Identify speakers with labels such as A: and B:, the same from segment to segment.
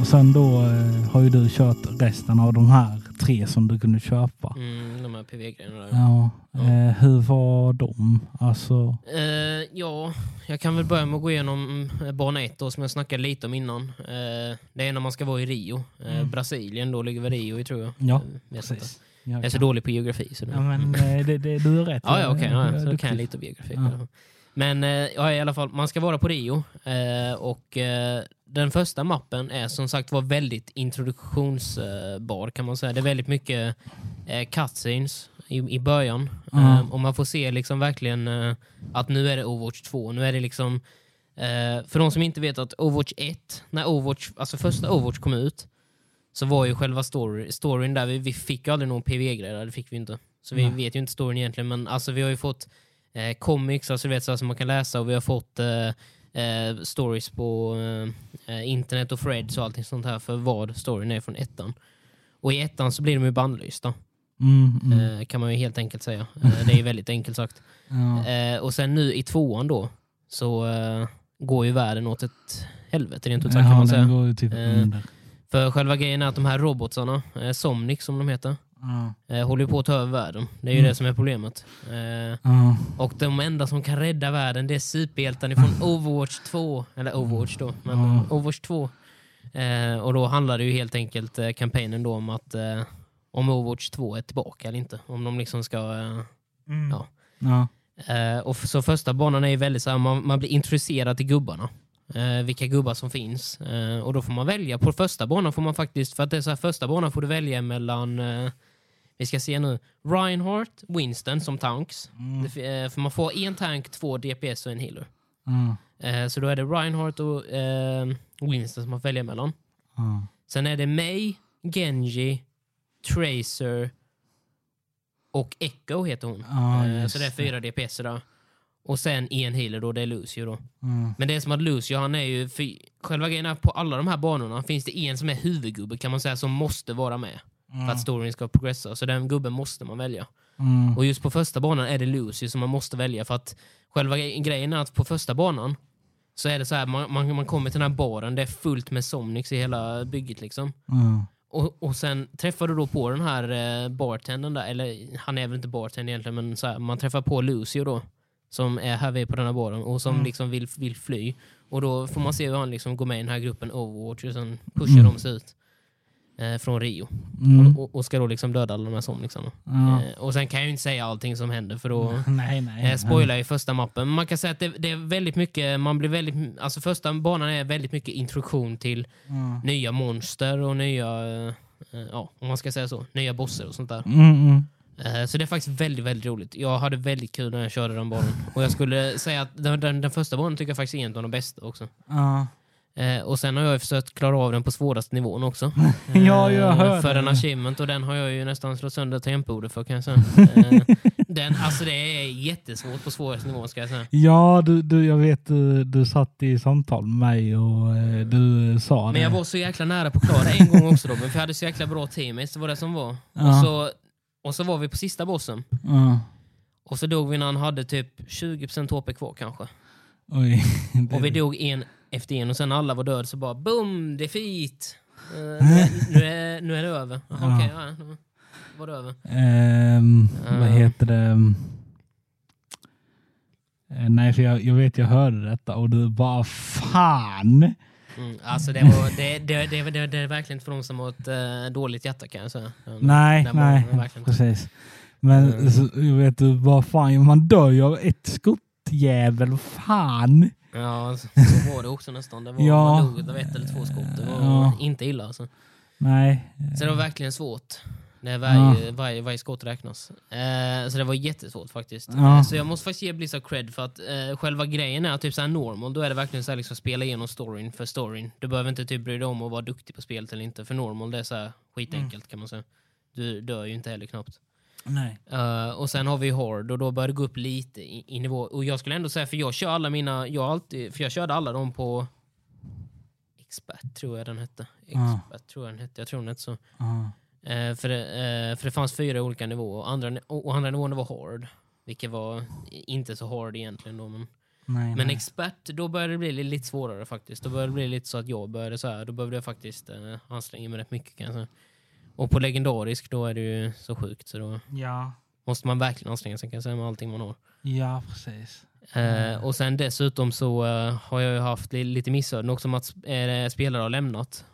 A: Och sen då eh, har ju du kört resten av de här tre som du kunde köpa.
B: Mm, de här PV-grejerna där.
A: Ja.
B: Ja.
A: Eh, hur var de? Alltså,
B: Eh, ja, jag kan väl börja med att gå igenom eh, bana 1 då, som jag snackade lite om innan. Eh, det är när man ska vara i Rio. Eh, Brasilien, då ligger väl Rio i tror jag.
A: Mm. Ja,
B: Eh, vet inte.
A: precis. Jag
B: Jag är så
A: kan-
B: dålig på geografi. Så det-
A: Ja, men eh, det, det, du är rätt.
B: Ja, ja okej.
A: Jag
B: ja,
A: är
B: så då kan jag
A: duktig.
B: lite om geografi.
A: Ja.
B: Men eh, ja, i alla fall, man ska vara på Rio. Eh, och eh, den första mappen är som sagt var väldigt introduktionsbar kan man säga. Det är väldigt mycket eh, cutscenes i, i början.
A: Ja.
B: Eh, och man får se liksom verkligen eh, att nu är det Overwatch 2. Nu är det liksom... Eh, för de som inte vet att Overwatch 1, när Overwatch, alltså första Overwatch kom ut, så var ju själva story, storyn där, vi, vi fick ju aldrig någon PV-grej där, det fick vi inte. Så vi
A: Nej.
B: vet ju inte storyn egentligen, men alltså vi har ju fått eh, comics, alltså du vet så här som man kan läsa, och vi har fått eh, eh, stories på eh, eh, internet och threads och allting sånt här för vad storyn är från ettan. Och i ettan så blir de ju bannlysta,
A: Mm, mm.
B: eh, kan man ju helt enkelt säga. Eh, det är ju väldigt enkelt sagt.
A: Ja.
B: Eh, och sen nu i tvåan då, så eh, går ju världen åt ett helvete rent ut sagt kan man
A: Eh, den
B: säga.
A: går ju typ
B: Eh,
A: under.
B: För själva grejen är att de här robotarna, eh, Somnic som de heter,
A: Ja.
B: eh, håller ju på att ta över världen. Det är ju
A: Mm.
B: det som är problemet. Eh,
A: Ja.
B: och de enda som kan rädda världen det är superhjältarna från Overwatch 2. Eller Overwatch då, men
A: Ja.
B: eh, Overwatch 2. Eh, och då handlar det ju helt enkelt eh, kampanjen då om att eh, om Overwatch 2 är tillbaka eller inte. Om de liksom ska eh, Ja.
A: Ja.
B: Eh, och f- så första banan är ju väldigt så här, man, man blir introducerad till gubbarna. Eh, vilka gubbar som finns. Eh, och då får man välja. På första banan får man faktiskt, för att det är så här, första banan får du välja mellan, eh, vi ska se nu, Reinhardt, Winston som tanks.
A: Mm.
B: Det, fi- eh, för man får en tank, två DPS och en healer.
A: Ja.
B: Eh, så då är det Reinhardt och eh, Winston som man får välja mellan.
A: Ja.
B: Sen är det mig, Genji, Tracer och Echo heter hon.
A: Ja,
B: Eh,
A: Ah, just
B: så det är fyra DPS där. Och sen en healer då, det är Lucio då.
A: Ja.
B: Men det är som att Lucio, han är ju... Fy, själva grejen är på alla de här banorna finns det en som är huvudgubbe kan man säga, som måste vara med. För att storyn ska progressa. Så den gubben måste man välja.
A: Mm.
B: Och just på första banan är det Lucio som man måste välja för att själva gre- grejen är att på första banan så är det så här, man, man, man kommer till den här baren, det är fullt med Somnix i hela bygget liksom.
A: Ja.
B: Och, och sen träffar du då på den här eh, bartendern där, eller han är väl inte bartender egentligen, men så här, man träffar på Lucio då, som är här vi är på den här baren och som liksom vill, vill fly. Och då får man se hur han liksom går med i den här gruppen Overwatch och sen pushar de sig ut eh, från Rio.
A: Mm.
B: Och, och ska då liksom döda alla de här somnixarna.
A: Ja.
B: Eh, och sen kan jag ju inte säga allting som händer för då
A: Nej, nej.
B: eh, spoilar jag ju första mappen. Men man kan säga att det, det är väldigt mycket, man blir väldigt, alltså första banan är väldigt mycket introduktion till
A: Ja.
B: nya monster och nya, eh, eh, ja om man ska säga så, nya bossar och sånt där.
A: Mm, mm.
B: Eh, Så det är faktiskt väldigt, väldigt roligt. Jag hade väldigt kul när jag körde den banan. Och jag skulle säga att den, den, den första banan tycker jag faktiskt är en av de bästa också.
A: Ja.
B: Eh, Och sen har jag ju försökt klara av den på svåraste nivån också.
A: Mm. Ja, jag
B: Eh,
A: hörde
B: För
A: det.
B: en achievement och den har jag ju nästan slått sönder tempoordet för kan jag säga. Eh, den, alltså det är jättesvårt på svåraste nivån ska jag säga.
A: Ja, du, du, jag vet du, du satt i samtal med mig och eh, du eh, sa
B: Men jag
A: det.
B: var så jäkla nära på att klara en gång också Robin, för jag hade så jäkla bra teammates, det var det som var.
A: Ja.
B: Och, så, och så var vi på sista bossen.
A: Ja.
B: Och så dog vi när han hade typ 20% HP kvar kanske.
A: Oj.
B: Och vi dog en efter en och sen alla var döda så bara boom, defeat! Uh, nu, är, nu är det över. Jaha,
A: Ja.
B: Okej, ja, nu var det över.
A: Ehm, Vad
B: Ja.
A: heter det? Eh, Nej, för jag, jag vet jag hörde detta och du bara fan.
B: Mm, alltså det, var, det, det, det, det, det är verkligen inte för de som har ett eh, dåligt hjärta kan jag säga. Mm,
A: Nej,
B: den var-
A: nej,
B: den var verkligen-
A: precis. Men
B: Mm.
A: så, jag vet du bara fan, man dör ju av ett skottjävel, fan.
B: Ja, så, så var det också nästan. Det var,
A: Ja.
B: Man dog av ett eller två skott. Det var
A: Ja.
B: inte illa alltså.
A: Nej.
B: Så det var verkligen svårt. Det är varje, varje, varje skott räknas. Eh, så det var jättesvårt faktiskt.
A: Ja.
B: Eh, Så jag måste faktiskt ge Blizzard cred för att eh, själva grejen är att typ så här normal, då är det verkligen så här liksom spela igenom storyn för storyn. Du behöver inte typ bry dig om att vara duktig på spelet eller inte. För normal det är så här skitenkelt
A: Mm.
B: kan man säga. Du dör ju inte heller knappt.
A: Nej.
B: Eh, och sen har vi Hard och då börjar det gå upp lite i, i nivå. Och jag skulle ändå säga, för jag kör alla mina, jag har alltid, för jag körde alla dem på Expert tror jag den hette.
A: Ja.
B: Expert tror jag den hette, jag tror den hette så.
A: Ja.
B: Eh, för, det, eh, för det fanns fyra olika nivåer och andra, ni- och och andra nivån var hard. Vilket var i- inte så hard egentligen då. Men,
A: Nej,
B: Men
A: nej.
B: expert, då började det bli li- lite svårare faktiskt. Då började det bli lite så att jag började så här. Då behövde jag faktiskt eh, anstränga mig rätt mycket kan jag säga. Och på legendarisk då är det ju så sjukt så då
A: ja,
B: måste man verkligen anstränga sig kan jag säga med allting man har.
A: ja, precis.
B: Eh, och sen dessutom så eh, har jag ju haft li- lite missöden också med att sp- eh, spelare har lämnat.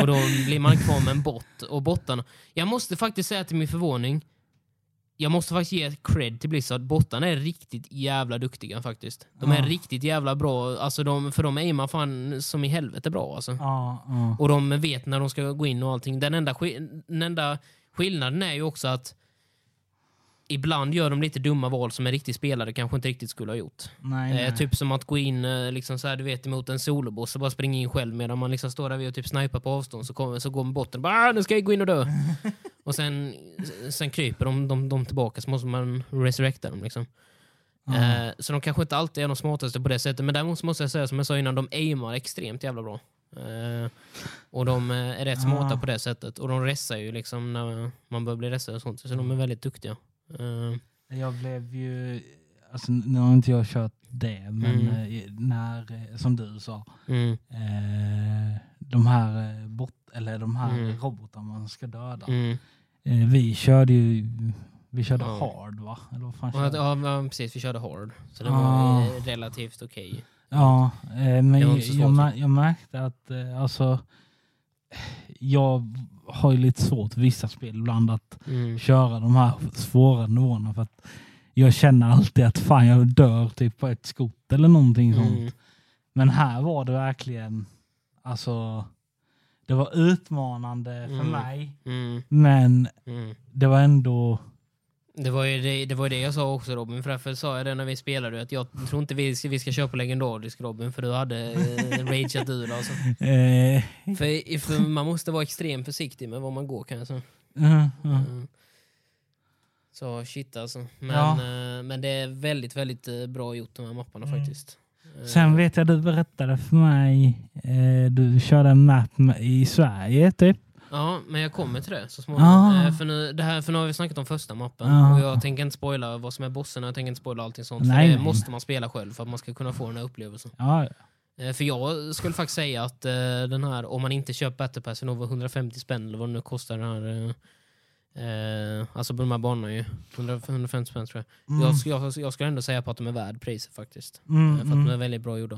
B: Och då blir man kvar med en bot och bottarna. Jag måste faktiskt säga till min förvåning, jag måste faktiskt ge cred till Blizzard. Bottarna är riktigt jävla duktiga faktiskt. De är
A: Ja.
B: riktigt jävla bra, alltså de, för de aimar fan som i helvete bra alltså.
A: ja, ja.
B: Och de vet när de ska gå in och allting. Den enda, ski- den enda skillnaden är ju också att ibland gör de lite dumma val som en riktig spelare kanske inte riktigt skulle ha gjort.
A: Nej,
B: Eh,
A: nej.
B: typ som att gå in eh, liksom så här, du vet, emot en soloboss och bara springa in själv medan man liksom står där vid och typ snipar på avstånd så, kommer, så går man botten och bara "Ah, nu ska jag gå in och dö. och sen, sen kryper de, de, de tillbaka så måste man resurrecta dem. Liksom. Eh, så de kanske inte alltid är de smartaste på det sättet men däremot så måste jag säga som jag sa innan, de aimar extremt jävla bra. Eh, och de eh, är rätt smarta
A: Ja.
B: på det sättet och de ressar ju liksom när man börjar bli ressad och sånt så de är väldigt duktiga. Eh,
A: Jag blev ju... Alltså, nu har inte jag kört det, men
B: Mm.
A: eh, när, eh, som du sa,
B: mm,
A: eh, de här, eh, bot, eller de här
B: Mm.
A: robotarna man ska döda.
B: mm.
A: Eh, vi körde ju vi körde
B: Ja.
A: hard va? Eller vad fan
B: Och att,
A: körde?
B: ja, men precis. Vi körde hard. Så det var
A: Ah.
B: eh, relativt okej.
A: Ja, eh, men
B: Det var
A: jag,
B: inte så
A: jag,
B: svårt.
A: mä- jag märkte att eh, alltså, jag har ju lite svårt för vissa spel ibland att
B: Mm.
A: köra de här svåra nivåerna för att jag känner alltid att fan jag dör typ på ett skott eller någonting sånt.
B: Mm.
A: Men här var det verkligen, alltså det var utmanande för
B: Mm.
A: mig
B: Mm.
A: men
B: Mm.
A: det var ändå,
B: Det, var ju det, det var ju det jag sa också Robin, för därför sa jag det när vi spelade att jag tror inte vi, vi ska köpa legendarisk Robin för du hade eh, rageat ur alltså.
A: eh,
B: för, för man måste vara extremt försiktig med vad man går kan jag säga.
A: mm, mm.
B: Mm. Så shit alltså. Men,
A: Ja.
B: eh, men det är väldigt, väldigt eh, bra gjort de här mapparna
A: Mm.
B: faktiskt. Eh,
A: Sen vet jag du berättade för mig, eh, du körde en map med, i Sverige typ.
B: Ja, men jag kommer till det så småningom.
A: Ah.
B: Eh, För, nu, det här, för nu har vi snackat om första mappen
A: Ah.
B: och jag tänker inte spoila vad som är bossen jag tänker inte spoila allting sånt.
A: Nej,
B: för det
A: nej.
B: måste man spela själv för att man ska kunna få den här upplevelsen.
A: Ja,
B: Eh, För jag skulle faktiskt säga att eh, den här, om man inte köper Battle Pass för nog var 150 spänn eller vad det nu kostar den här eh, eh, alltså på de här banorna ju. 100 150 spänn tror jag.
A: Mm.
B: Jag, sk- jag. jag skulle ändå säga på att de är värd priset faktiskt.
A: mm,
B: Eh, För att de är
A: mm.
B: väldigt bra gjorda.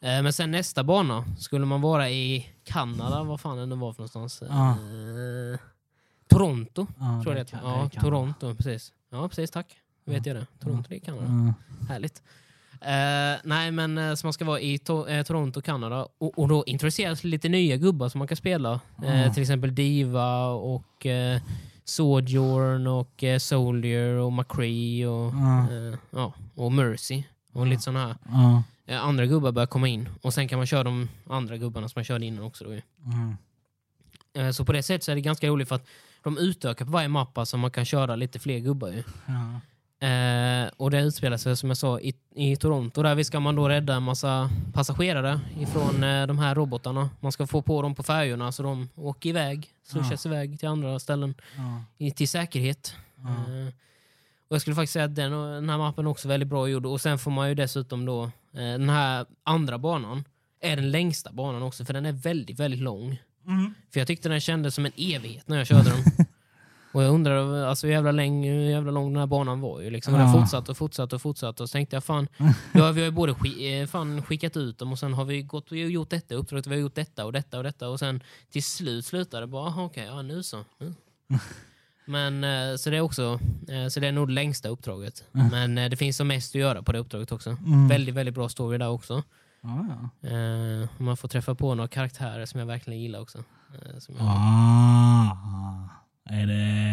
B: Eh, Men sen nästa bana, skulle man vara i Kanada, vad fan det nu var för någonstans?
A: Ja.
B: Eh, Toronto,
A: Ah. ja,
B: tror jag det
A: kan-
B: heter. Ja,
A: kan- Mm.
B: Toronto, precis. Ja, precis, tack. Nu vet jag det. Toronto, det är Kanada.
A: Ja.
B: Härligt. Eh, nej, men eh, så man ska vara i to- eh, Toronto, Kanada och, och då introduceras lite nya gubbar som man kan spela. Eh,
A: Ja.
B: Till exempel Diva och eh, Sojourn och eh, Soldier och McCree och,
A: Ja.
B: eh, ja, och Mercy och
A: Mm.
B: lite sådana här.
A: Ja.
B: Eh, andra gubbar börjar komma in och sen kan man köra de andra gubbarna som man körde innan också. Då. ju.
A: Mm.
B: Eh, Så på det sättet så är det ganska roligt för att de utökar på varje mappa så man kan köra lite fler gubbar. Ju.
A: Ja.
B: Eh, och det utspelar sig som jag sa i, i Toronto. Där ska man då rädda en massa passagerare ifrån eh, de här robotarna. Man ska få på dem på färjorna så de åker iväg, slussas iväg till andra ställen
A: Ja.
B: i, till säkerhet.
A: Ja.
B: Eh, och jag skulle faktiskt säga att den, den här mappen är också väldigt bra gjord. Och sen får man ju dessutom då, eh, den här andra banan är den längsta banan också för den är väldigt, väldigt lång.
A: Mm.
B: För jag tyckte den kändes som en evighet när jag körde den. och jag undrar alltså, hur, jävla lång, hur jävla lång den här banan var ju. Liksom. Och Den
A: Ja.
B: fortsatte och fortsatte och fortsatte och så tänkte jag fan, då har vi ju både ski, eh, fan skickat ut dem och sen har vi gått och gjort detta uppdraget, vi har gjort detta och detta och detta och sen till slut slutade det bara, aha, okej, ja nu så. Mm. Men eh, så det är också, eh, så det är nog det längsta uppdraget. Men eh, det finns som mest att göra på det uppdraget också.
A: Mm.
B: Väldigt, väldigt bra story där också.
A: Ja, ja.
B: Eh, Man får träffa på några karaktärer som jag verkligen gillar också. Eh, Som jag
A: Ah. Är det...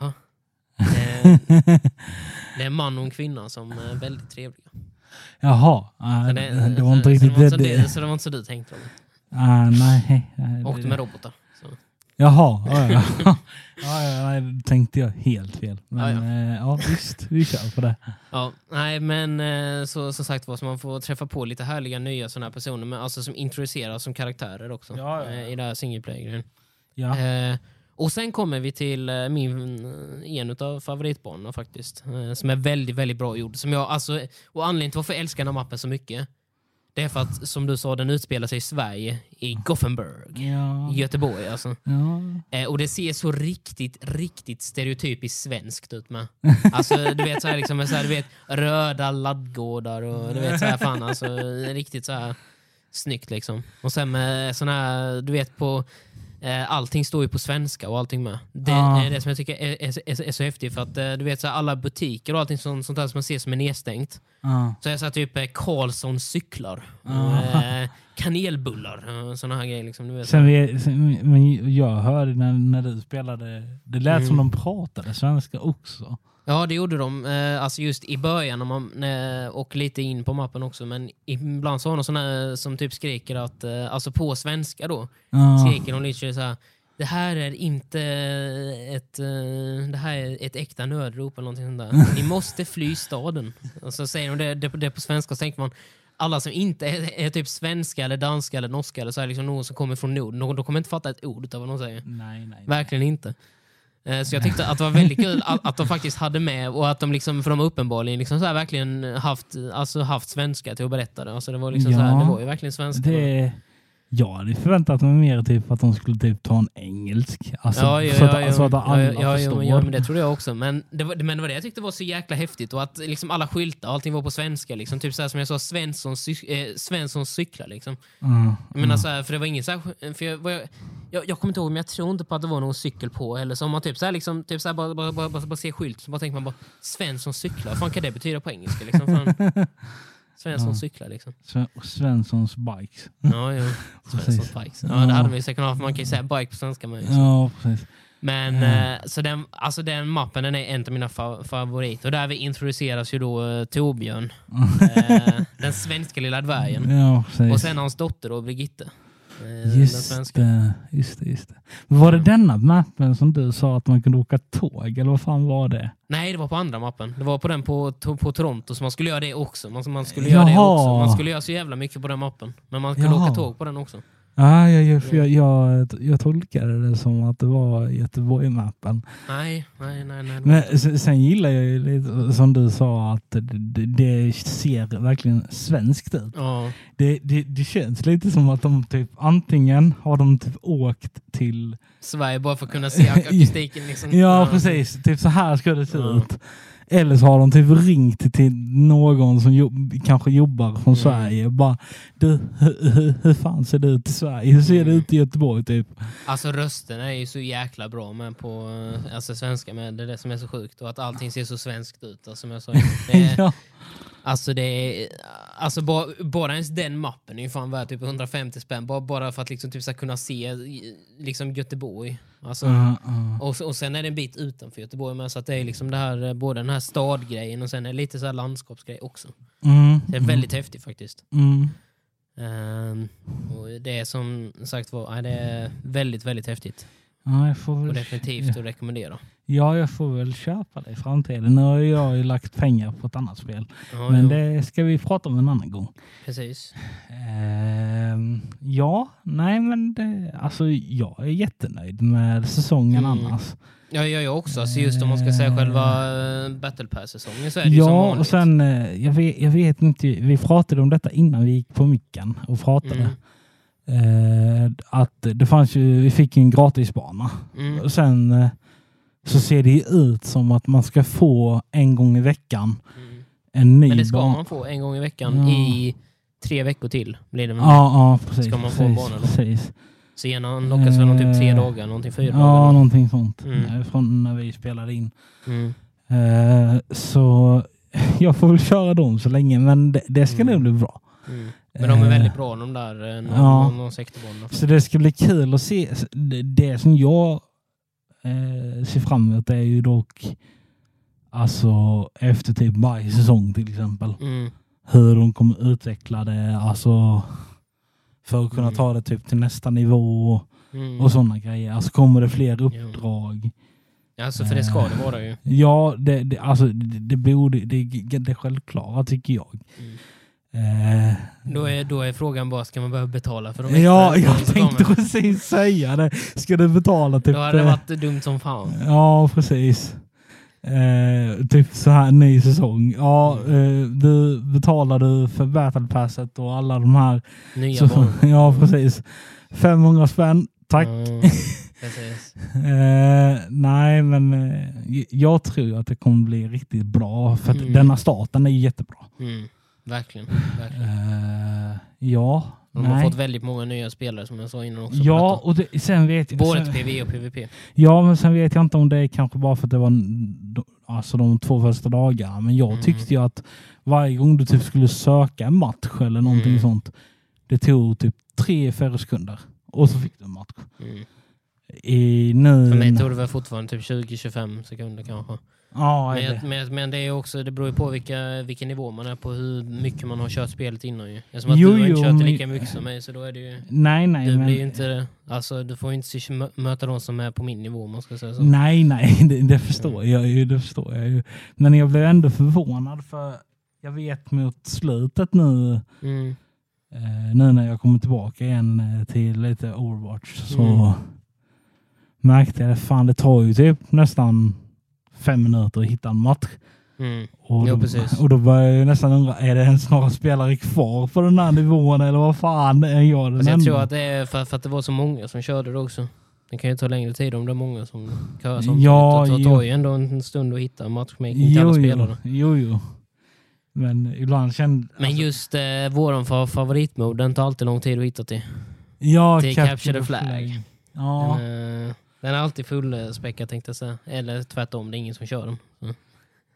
B: Eh, Det är en man och en kvinna som är väldigt trevliga.
A: Jaha, ah,
B: Så
A: det, var inte riktigt
B: så,
A: det.
B: så,
A: det,
B: det, så det var inte så du tänkte om
A: Ah, nej.
B: det.
A: Ah,
B: Åkte med robotar. Så.
A: Jaha, ja, ja. ja, ja, nej, då tänkte jag helt fel. Men
B: Ja,
A: ja, ja. ja visst, vi kör på det.
B: Ja, nej men eh, så, som sagt var, så man får träffa på lite härliga nya sådana här personer men alltså som introduceras som karaktärer också
A: Ja, ja, ja.
B: eh, i det här single player-grejen.
A: Ja.
B: Eh, Och sen kommer vi till eh, min, eh, en av favoritbanorna faktiskt. eh, Som är väldigt, väldigt bra gjord. Som jag, alltså, och anledningen till varför jag älskar den här mappen så mycket. Det är för att, som du sa, den utspelar sig i Sverige. I Gothenburg.
A: Ja.
B: I Göteborg alltså.
A: ja.
B: Eh, och det ser så riktigt, riktigt stereotypiskt svenskt ut med. Alltså du vet, så här, liksom, så här, du vet röda laddgårdar och du vet så här, fan alltså riktigt så här snyggt liksom. Och sen med sån här, du vet på eh, Allting står ju på svenska och allting med. Det
A: Ja.
B: är det som jag tycker är, är, är, är så häftigt för att eh, du vet så här, alla butiker och allting sånt, sånt där som man ser som är nedstängt.
A: ja.
B: Så jag satt typ eh, Karlssons cyklar,
A: Ja.
B: eh, kanelbullar, eh, såna här grejer. Liksom, du vet,
A: Sen vi, sen, men jag hörde när, när du spelade, det lät som
B: Mm.
A: de pratade svenska också.
B: Ja, det gjorde de. Eh, Alltså just i början när man, när- och lite in på mappen också. Men ibland så har de såna här som typ skriker att, eh, alltså på svenska då,
A: Ja.
B: skriker de lite så här. Det här är inte ett, eh, det här är ett äkta nödrop eller någonting sånt där. Ni måste fly staden. Och så säger de det, det, det på svenska och så tänker man alla som inte är, är typ svenska eller danska eller norska eller så här, liksom någon som kommer från Norden, de de kommer inte fatta ett ord av vad de säger.
A: Nej, nej. nej.
B: Verkligen inte. Eh, Så jag tyckte att det var väldigt kul att, att de faktiskt hade med och att de liksom, för de har uppenbarligen liksom så här verkligen haft, alltså haft svenska till att berätta det. Alltså det, var liksom så
A: Ja.
B: här, det var ju verkligen svenska.
A: Det, jag hade förväntat mig mer typ att de skulle typ ta en engelsk. Alltså,
B: Ja, ja,
A: så, att,
B: ja, ja,
A: så att alla
B: ja, ja, ja,
A: förstår.
B: men- ja, men det trodde jag också. Men det, var, men det var det jag tyckte var så jäkla häftigt. Och att liksom alla skyltar och allting var på svenska. Liksom. Typ så här som jag sa, Svenssons cy- eh, Svenssons cyklar. Liksom.
A: Mm.
B: Jag menar så här, alltså, för det var ingen så här, för jag, vad jag, jag, jag kommer inte ihåg, men jag tror inte på att det var någon cykel på heller. Så om man typ så här, liksom, typ så här bara, bara, bara, bara, bara ser skylt så bara tänker man bara Svensson cyklar, vad fan kan det betyda på engelska? Liksom, fan. Svensson cyklar liksom.
A: Sve- Svenssons bikes.
B: Ja, jo.
A: Precis.
B: Svensson bikes. Ja, det hade man ju säkert kunnat ha, för man kan ju säga bike på svenska med. liksom.
A: Ja, precis.
B: Men eh, så den, alltså den mappen den är en av mina fa- favoriter. Och där vi introduceras ju då eh, Torbjörn, eh, den svenska lilla dvärgen.
A: Ja, precis.
B: Och sen hans dotter då, Brigitte. Eh, den svenska.
A: Just det, just det, just det. Var det denna mappen som du sa att man kunde åka tåg, eller vad fan var det?
B: Nej, det var på andra mappen. Det var på den på, to- på Toronto, så man skulle göra det också. Man, man skulle
A: Jaha.
B: göra det också. Man skulle göra så jävla mycket på den mappen. Men man kunde
A: Jaha.
B: åka tåg på den också.
A: Ah, jag, jag, för jag, jag, jag tolkade det som att det var Göteborg-mappen.
B: Nej, nej, nej. nej.
A: Men se- sen gillar jag ju lite som du sa att det- det, det ser verkligen svenskt ut.
B: Ja,
A: Det, det, det känns lite som att de typ antingen har de typ åkt till
B: Sverige bara för att kunna se akustiken. Liksom.
A: Ja, precis. Typ så här ska det se
B: Ja.
A: ut. Eller så har de typ ringt till någon som jobb, kanske jobbar
B: Mm.
A: från Sverige. Bara, du, hur, hur, hur fan ser det ut i Sverige? Hur
B: Mm.
A: ser det ut i Göteborg? Typ?
B: Alltså rösterna är ju så jäkla bra med på eh, alltså, svenska med. Det är det som är så sjukt. Och att allting ser så svenskt ut. Alltså, som jag sa. Det är,
A: Ja.
B: Alltså det är, alltså bara, bara ens den mappen är ju fan värd typ 150 spänn. Bara, bara för att liksom typ så här kunna se eh, liksom Göteborg. Alltså,
A: Ja, ja.
B: Och, och sen är det en bit utanför Göteborg med, så att det är liksom det här, eh, både den här stadgrejen och sen är det lite så här landskapsgrej också.
A: Mm,
B: Det är väldigt häftigt faktiskt.
A: mm.
B: Ehm, och det är som sagt var, ja, det är väldigt, väldigt häftigt.
A: Ja, jag får
B: Och
A: väl,
B: definitivt att rekommendera.
A: ja, jag får väl köpa det i framtiden. Nu har jag ju lagt pengar på ett annat spel.
B: Ja,
A: Men
B: jo,
A: det ska vi prata om en annan gång.
B: Precis.
A: Ehm, ja, nej men det, alltså jag är jättenöjd med säsongen
B: Mm.
A: annars.
B: Ja, jag jag också. Alltså just om man ska säga själva eh, Battle Pass-säsongen så är det ju som
A: Ja, och
B: vanligt.
A: sen, eh, jag vet, jag vet inte, vi pratade om detta innan vi gick på micken och pratade.
B: Mm.
A: Eh, att det fanns ju, vi fick ju en gratisbana.
B: Mm.
A: Och sen eh, så ser det ju ut som att man ska få en gång i veckan
B: Mm.
A: en ny
B: Men det ska
A: bana.
B: man få en gång i veckan
A: Ja.
B: i tre veckor till. Blir det väl.
A: Ja, ja precis.
B: Ska man få
A: precis,
B: banan då?
A: precis.
B: Så gärna lockas väl om typ tre
A: Eh,
B: dagar, någonting fyra
A: Ja,
B: dagar.
A: någonting sånt.
B: Mm.
A: Eh, Från när vi spelade in.
B: Mm.
A: Eh, så jag får väl köra dem så länge, men det, det ska
B: Mm.
A: nog bli bra.
B: Mm. Men de är
A: Eh,
B: väldigt bra de där eh, någon,
A: ja.
B: någon, någon sektorbanorna.
A: Så det ska bli kul att se. Det- Det som jag eh, ser fram emot är ju dock alltså efter typ varje säsong till exempel.
B: Mm.
A: Hur de kommer utveckla det alltså för att kunna
B: Mm.
A: ta det typ till nästa nivå och,
B: Mm.
A: och sådana grejer. Alltså kommer det fler uppdrag?
B: Alltså för det ska det vara ju.
A: Ja, det, det, alltså, det, det, borde, det, det är självklara tycker jag.
B: Mm.
A: Eh,
B: Då är, då är frågan bara, ska man behöva betala för dem?
A: ja,
B: extra
A: jag
B: som
A: tänkte
B: kommer?
A: precis säga det. Ska du betala typ...
B: Då hade det
A: eh,
B: varit dumt som fan.
A: Ja, precis. Eh, typ så här ny säsong. Ja, eh, du betalar du för battle passet och alla de här.
B: Nya
A: Så,
B: banor.
A: ja, precis. 500 spänn. Tack.
B: Ja, precis.
A: Eh, nej, men eh, jag tror att det kommer bli riktigt bra för att
B: Mm.
A: denna staten är jättebra.
B: Mm, verkligen. verkligen.
A: Eh, ja,
B: De har
A: nej.
B: fått väldigt många nya spelare som jag sa innan också.
A: Ja,
B: berätta.
A: och det, sen vet jag...
B: Både
A: sen-
B: till PV och PVP.
A: Ja, men sen vet jag inte om det är kanske bara för att det var n- d- alltså de två första dagarna. Men jag
B: Mm.
A: tyckte ju att varje gång du typ skulle söka en match eller någonting
B: Mm.
A: sånt, det tog typ tre, fyra sekunder. Och så fick du en match.
B: Mm.
A: I nu...
B: För mig tog det väl fortfarande typ 20-25 sekunder kanske.
A: Ja,
B: Men,
A: är
B: jag,
A: det.
B: men, men det är också, det beror ju på vilka, vilken nivå man är på, hur mycket man har kört spelet innan ju. Eftersom att
A: Jo,
B: du har
A: jo,
B: inte kört det
A: men-
B: lika mycket som mig så då är det ju...
A: Nej, nej.
B: Du
A: men...
B: blir ju inte, alltså du får ju inte se- mö- möta de som är på min nivå om man ska säga så. Mm.
A: Nej, nej, det, det förstår jag ju. Det förstår jag ju. Men jag blev ändå förvånad för jag vet mot slutet nu,
B: Mm.
A: eh, nu när jag kommer tillbaka igen eh, till lite Overwatch så
B: Mm.
A: märkte jag fan det tar ju typ nästan fem minuter att hitta en match.
B: Mm.
A: Och
B: Jo,
A: då,
B: precis.
A: och då börjar jag ju nästan undra, är det ens några spelare kvar på den här nivån eller vad fan är jag den
B: Fast jag
A: enda?
B: tror att det är för, för att det var så många som körde det också. Det kan ju ta längre tid om det är många som kör som
A: Ja,
B: Det tar-
A: jo.
B: tar ju ändå en stund att hitta matchmaking till alla
A: jo,
B: spelarna.
A: jo, jo. Men ibland kände...
B: Men just eh, våran fa- favoritmod, den tar alltid lång tid att hitta till.
A: ja,
B: till Capture the Flag.
A: Ja.
B: Den, eh, den är alltid fullspäckad tänkte jag säga. Eller tvärtom, det är ingen som kör den. Mm.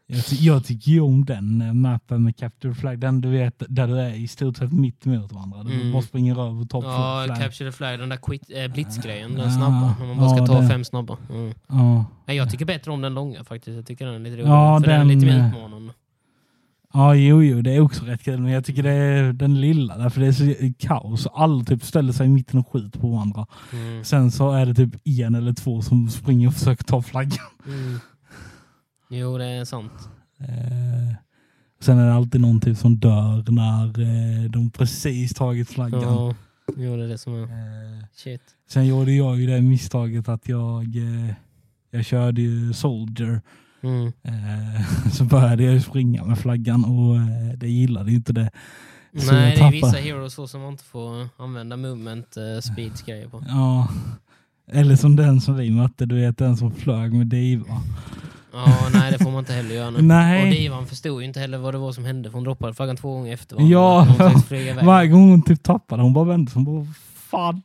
A: Jag, ty jag tycker ju om den eh, mappen med Capture the Flag. Den du vet där du är i stort sett mitt emot varandra. Du
B: Mm.
A: bara springer över och tar
B: Ja,
A: flag.
B: Capture the Flag, den där quit, eh, blitzgrejen, den
A: Ja.
B: snabba. Om man bara ska
A: Ja,
B: ta
A: det.
B: fem snabba. Mm.
A: ja.
B: Nej, jag tycker bättre om den långa faktiskt. Jag tycker den är lite roligare.
A: Ja,
B: för den, är
A: den,
B: lite mer
A: eh,
B: utmanande.
A: ja, jo, jo, det är också rätt kul. Men jag tycker det är den lilla där, för det är så kaos. Alla typ ställer sig i mitten och skjuter på varandra.
B: Mm.
A: Sen så är det typ en eller två som springer och försöker ta flaggan.
B: Mm. Jo, det är sant.
A: Eh, sen är det alltid någon typ som dör när eh, de precis tagit flaggan.
B: Ja, jo, det är det som är...
A: Eh,
B: Shit.
A: Sen gjorde jag ju det misstaget att jag, eh, jag körde ju Soldier.
B: Mm.
A: Eh, så började jag ju springa med flaggan och eh, det gillade ju inte det. Så jag
B: Nej, det är
A: tappar.
B: vissa heroes så som man inte får använda movement eh, speeds grejer på.
A: Ja. Eller som den som vi mötte, du vet den som flög med Diva.
B: Ja, nej det får man inte heller göra nu.
A: Nej.
B: Mm. Och Divan förstod ju inte heller vad det var som hände för hon droppade flaggan två gånger efter varandra.
A: Ja.
B: Hon försökte flyga iväg.
A: Varje gång hon typ tappade, hon bara vände sig och bara fan,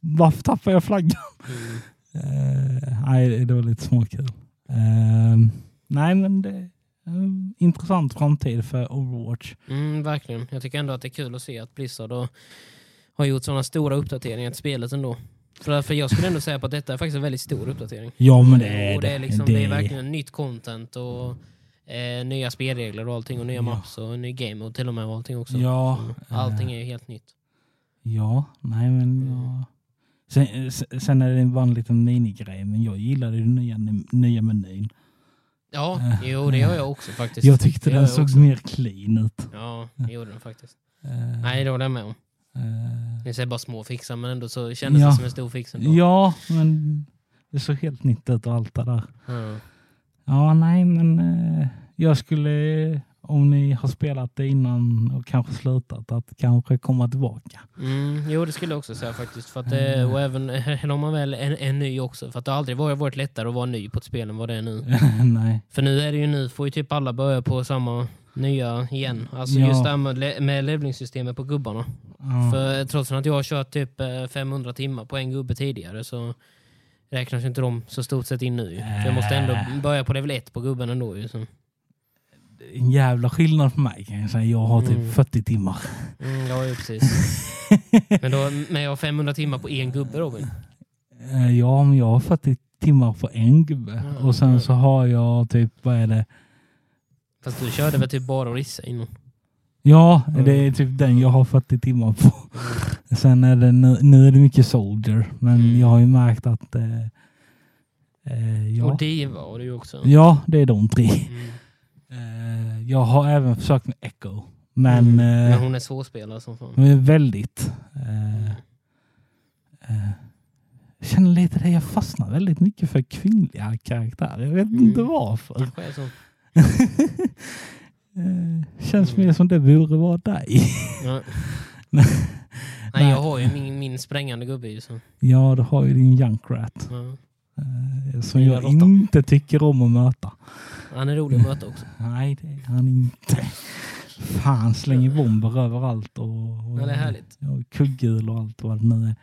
A: varför tappar jag flaggan?
B: Mm.
A: Eh, nej, det var lite småkul. Eh, nej, men det är en intressant framtid för Overwatch.
B: Mm, verkligen. Jag tycker ändå att det är kul att se att Blizzard har- har gjort sådana stora uppdateringar till spelet ändå. För, för jag skulle ändå säga på att detta är faktiskt en väldigt stor uppdatering.
A: Ja, men det är
B: och det, är liksom,
A: det
B: det är verkligen nytt content och eh, nya spelregler och allting och nya
A: Ja.
B: maps och en ny game och till och med och allting också.
A: Ja, eh,
B: Mm. Allting är Mm. ju helt nytt.
A: Ja, nej men jag... Sen, sen- sen är det bara en liten minigrej, men jag gillade den nya, nya menyn.
B: Ja,
A: Eh,
B: jo det gör jag också faktiskt.
A: Jag tyckte
B: Det gör
A: den
B: jag
A: såg
B: också.
A: mer clean ut.
B: Ja, det gjorde den faktiskt.
A: Eh,
B: Nej, det håller jag med om.
A: eh,
B: Ni säger bara små fixar men ändå så kändes
A: Ja.
B: det som en stor fix ändå.
A: ja, men det såg helt nytt ut och allt det där.
B: Mm.
A: Ja, nej men eh, jag skulle, om ni har spelat det innan och kanske slutat, att kanske komma tillbaka.
B: Mm, jo, det skulle jag också säga faktiskt. För att det,
A: Mm.
B: och även eller om man väl är, är ny också. För att det har aldrig varit, varit lättare att vara ny på ett spel än vad det är nu.
A: nej.
B: För nu är det ju nu får ju typ alla börja på samma nya igen. Alltså
A: Ja. Mm.
B: just det här med, le- med levlingssystemet på gubbarna.
A: Ja.
B: För eh, trots att jag har kört typ eh, 500 timmar på en gubbe tidigare så räknas ju inte de så stort sett in nu. För jag måste
A: Äh.
B: ändå börja på level 1 på gubben ändå ju. Så.
A: En jävla skillnad för mig kan jag säga. Jag har typ
B: Mm.
A: 40 timmar.
B: Mm, ja, ju precis. men, då, men jag har 500 timmar på en gubbe Robin.
A: Eh, Ja, men jag har 40 timmar på en gubbe.
B: Ja,
A: och sen
B: ja.
A: så har jag typ, vad är det?
B: Fast du körde väl typ bara Orissa innan?
A: Ja,
B: Mm.
A: det är typ den jag har 40 timmar på. Sen är det, nu, nu är det mycket Soldier, men
B: Mm.
A: jag har ju märkt att... Eh, eh, ja.
B: Och Diva har du ju också.
A: ja, det är de tre.
B: Mm.
A: Eh, jag har även försökt med Echo, Men,
B: Mm.
A: eh,
B: Men hon är svårspelad som fan.
A: Men väldigt. Eh, eh, jag känner lite det, jag fastnar väldigt mycket för kvinnliga karaktärer. Jag vet
B: Mm.
A: inte varför.
B: Kanske är så.
A: Eh, känns
B: Mm.
A: mer som det borde vara dig.
B: Ja.
A: Nej.
B: Nej, jag har ju min, min sprängande gubbe ju. Så.
A: ja, du har ju din Junkrat.
B: Ja.
A: Eh, som
B: Lilla
A: jag
B: råtta.
A: inte tycker om att möta.
B: Han är rolig att möta också.
A: Nej, det är han inte. Fan, slänger bomber överallt. Och, och,
B: Ja, det är härligt.
A: Och kugghjul och allt vad det nu är.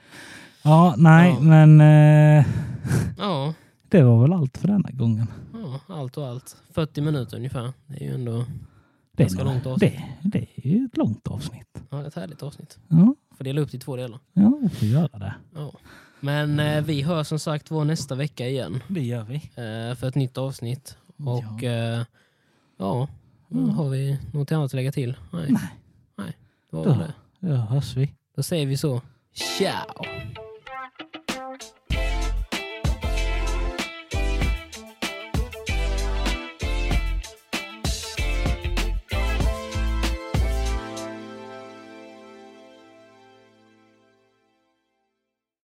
A: Ja, nej,
B: Ja.
A: men eh,
B: Ja,
A: det var väl allt för denna gången.
B: ja, allt och allt. 40 minuter ungefär. Det är ju ändå
A: Det
B: Ganska
A: nog-
B: långt avsnitt.
A: Det, det är ju ett långt avsnitt.
B: ja, ett härligt avsnitt.
A: Ja,
B: Får dela upp det i två delar.
A: ja vi får göra det.
B: Ja. Men eh, vi hörs som sagt var nästa vecka igen
A: Det gör vi.
B: eh, för ett nytt avsnitt. Och
A: Ja. Mm.
B: eh, ja, har vi något annat att lägga till? Nej.
A: Nej.
B: Nej. Det var
A: Då,
B: väl det.
A: då hörs vi.
B: Då säger vi så. Ciao!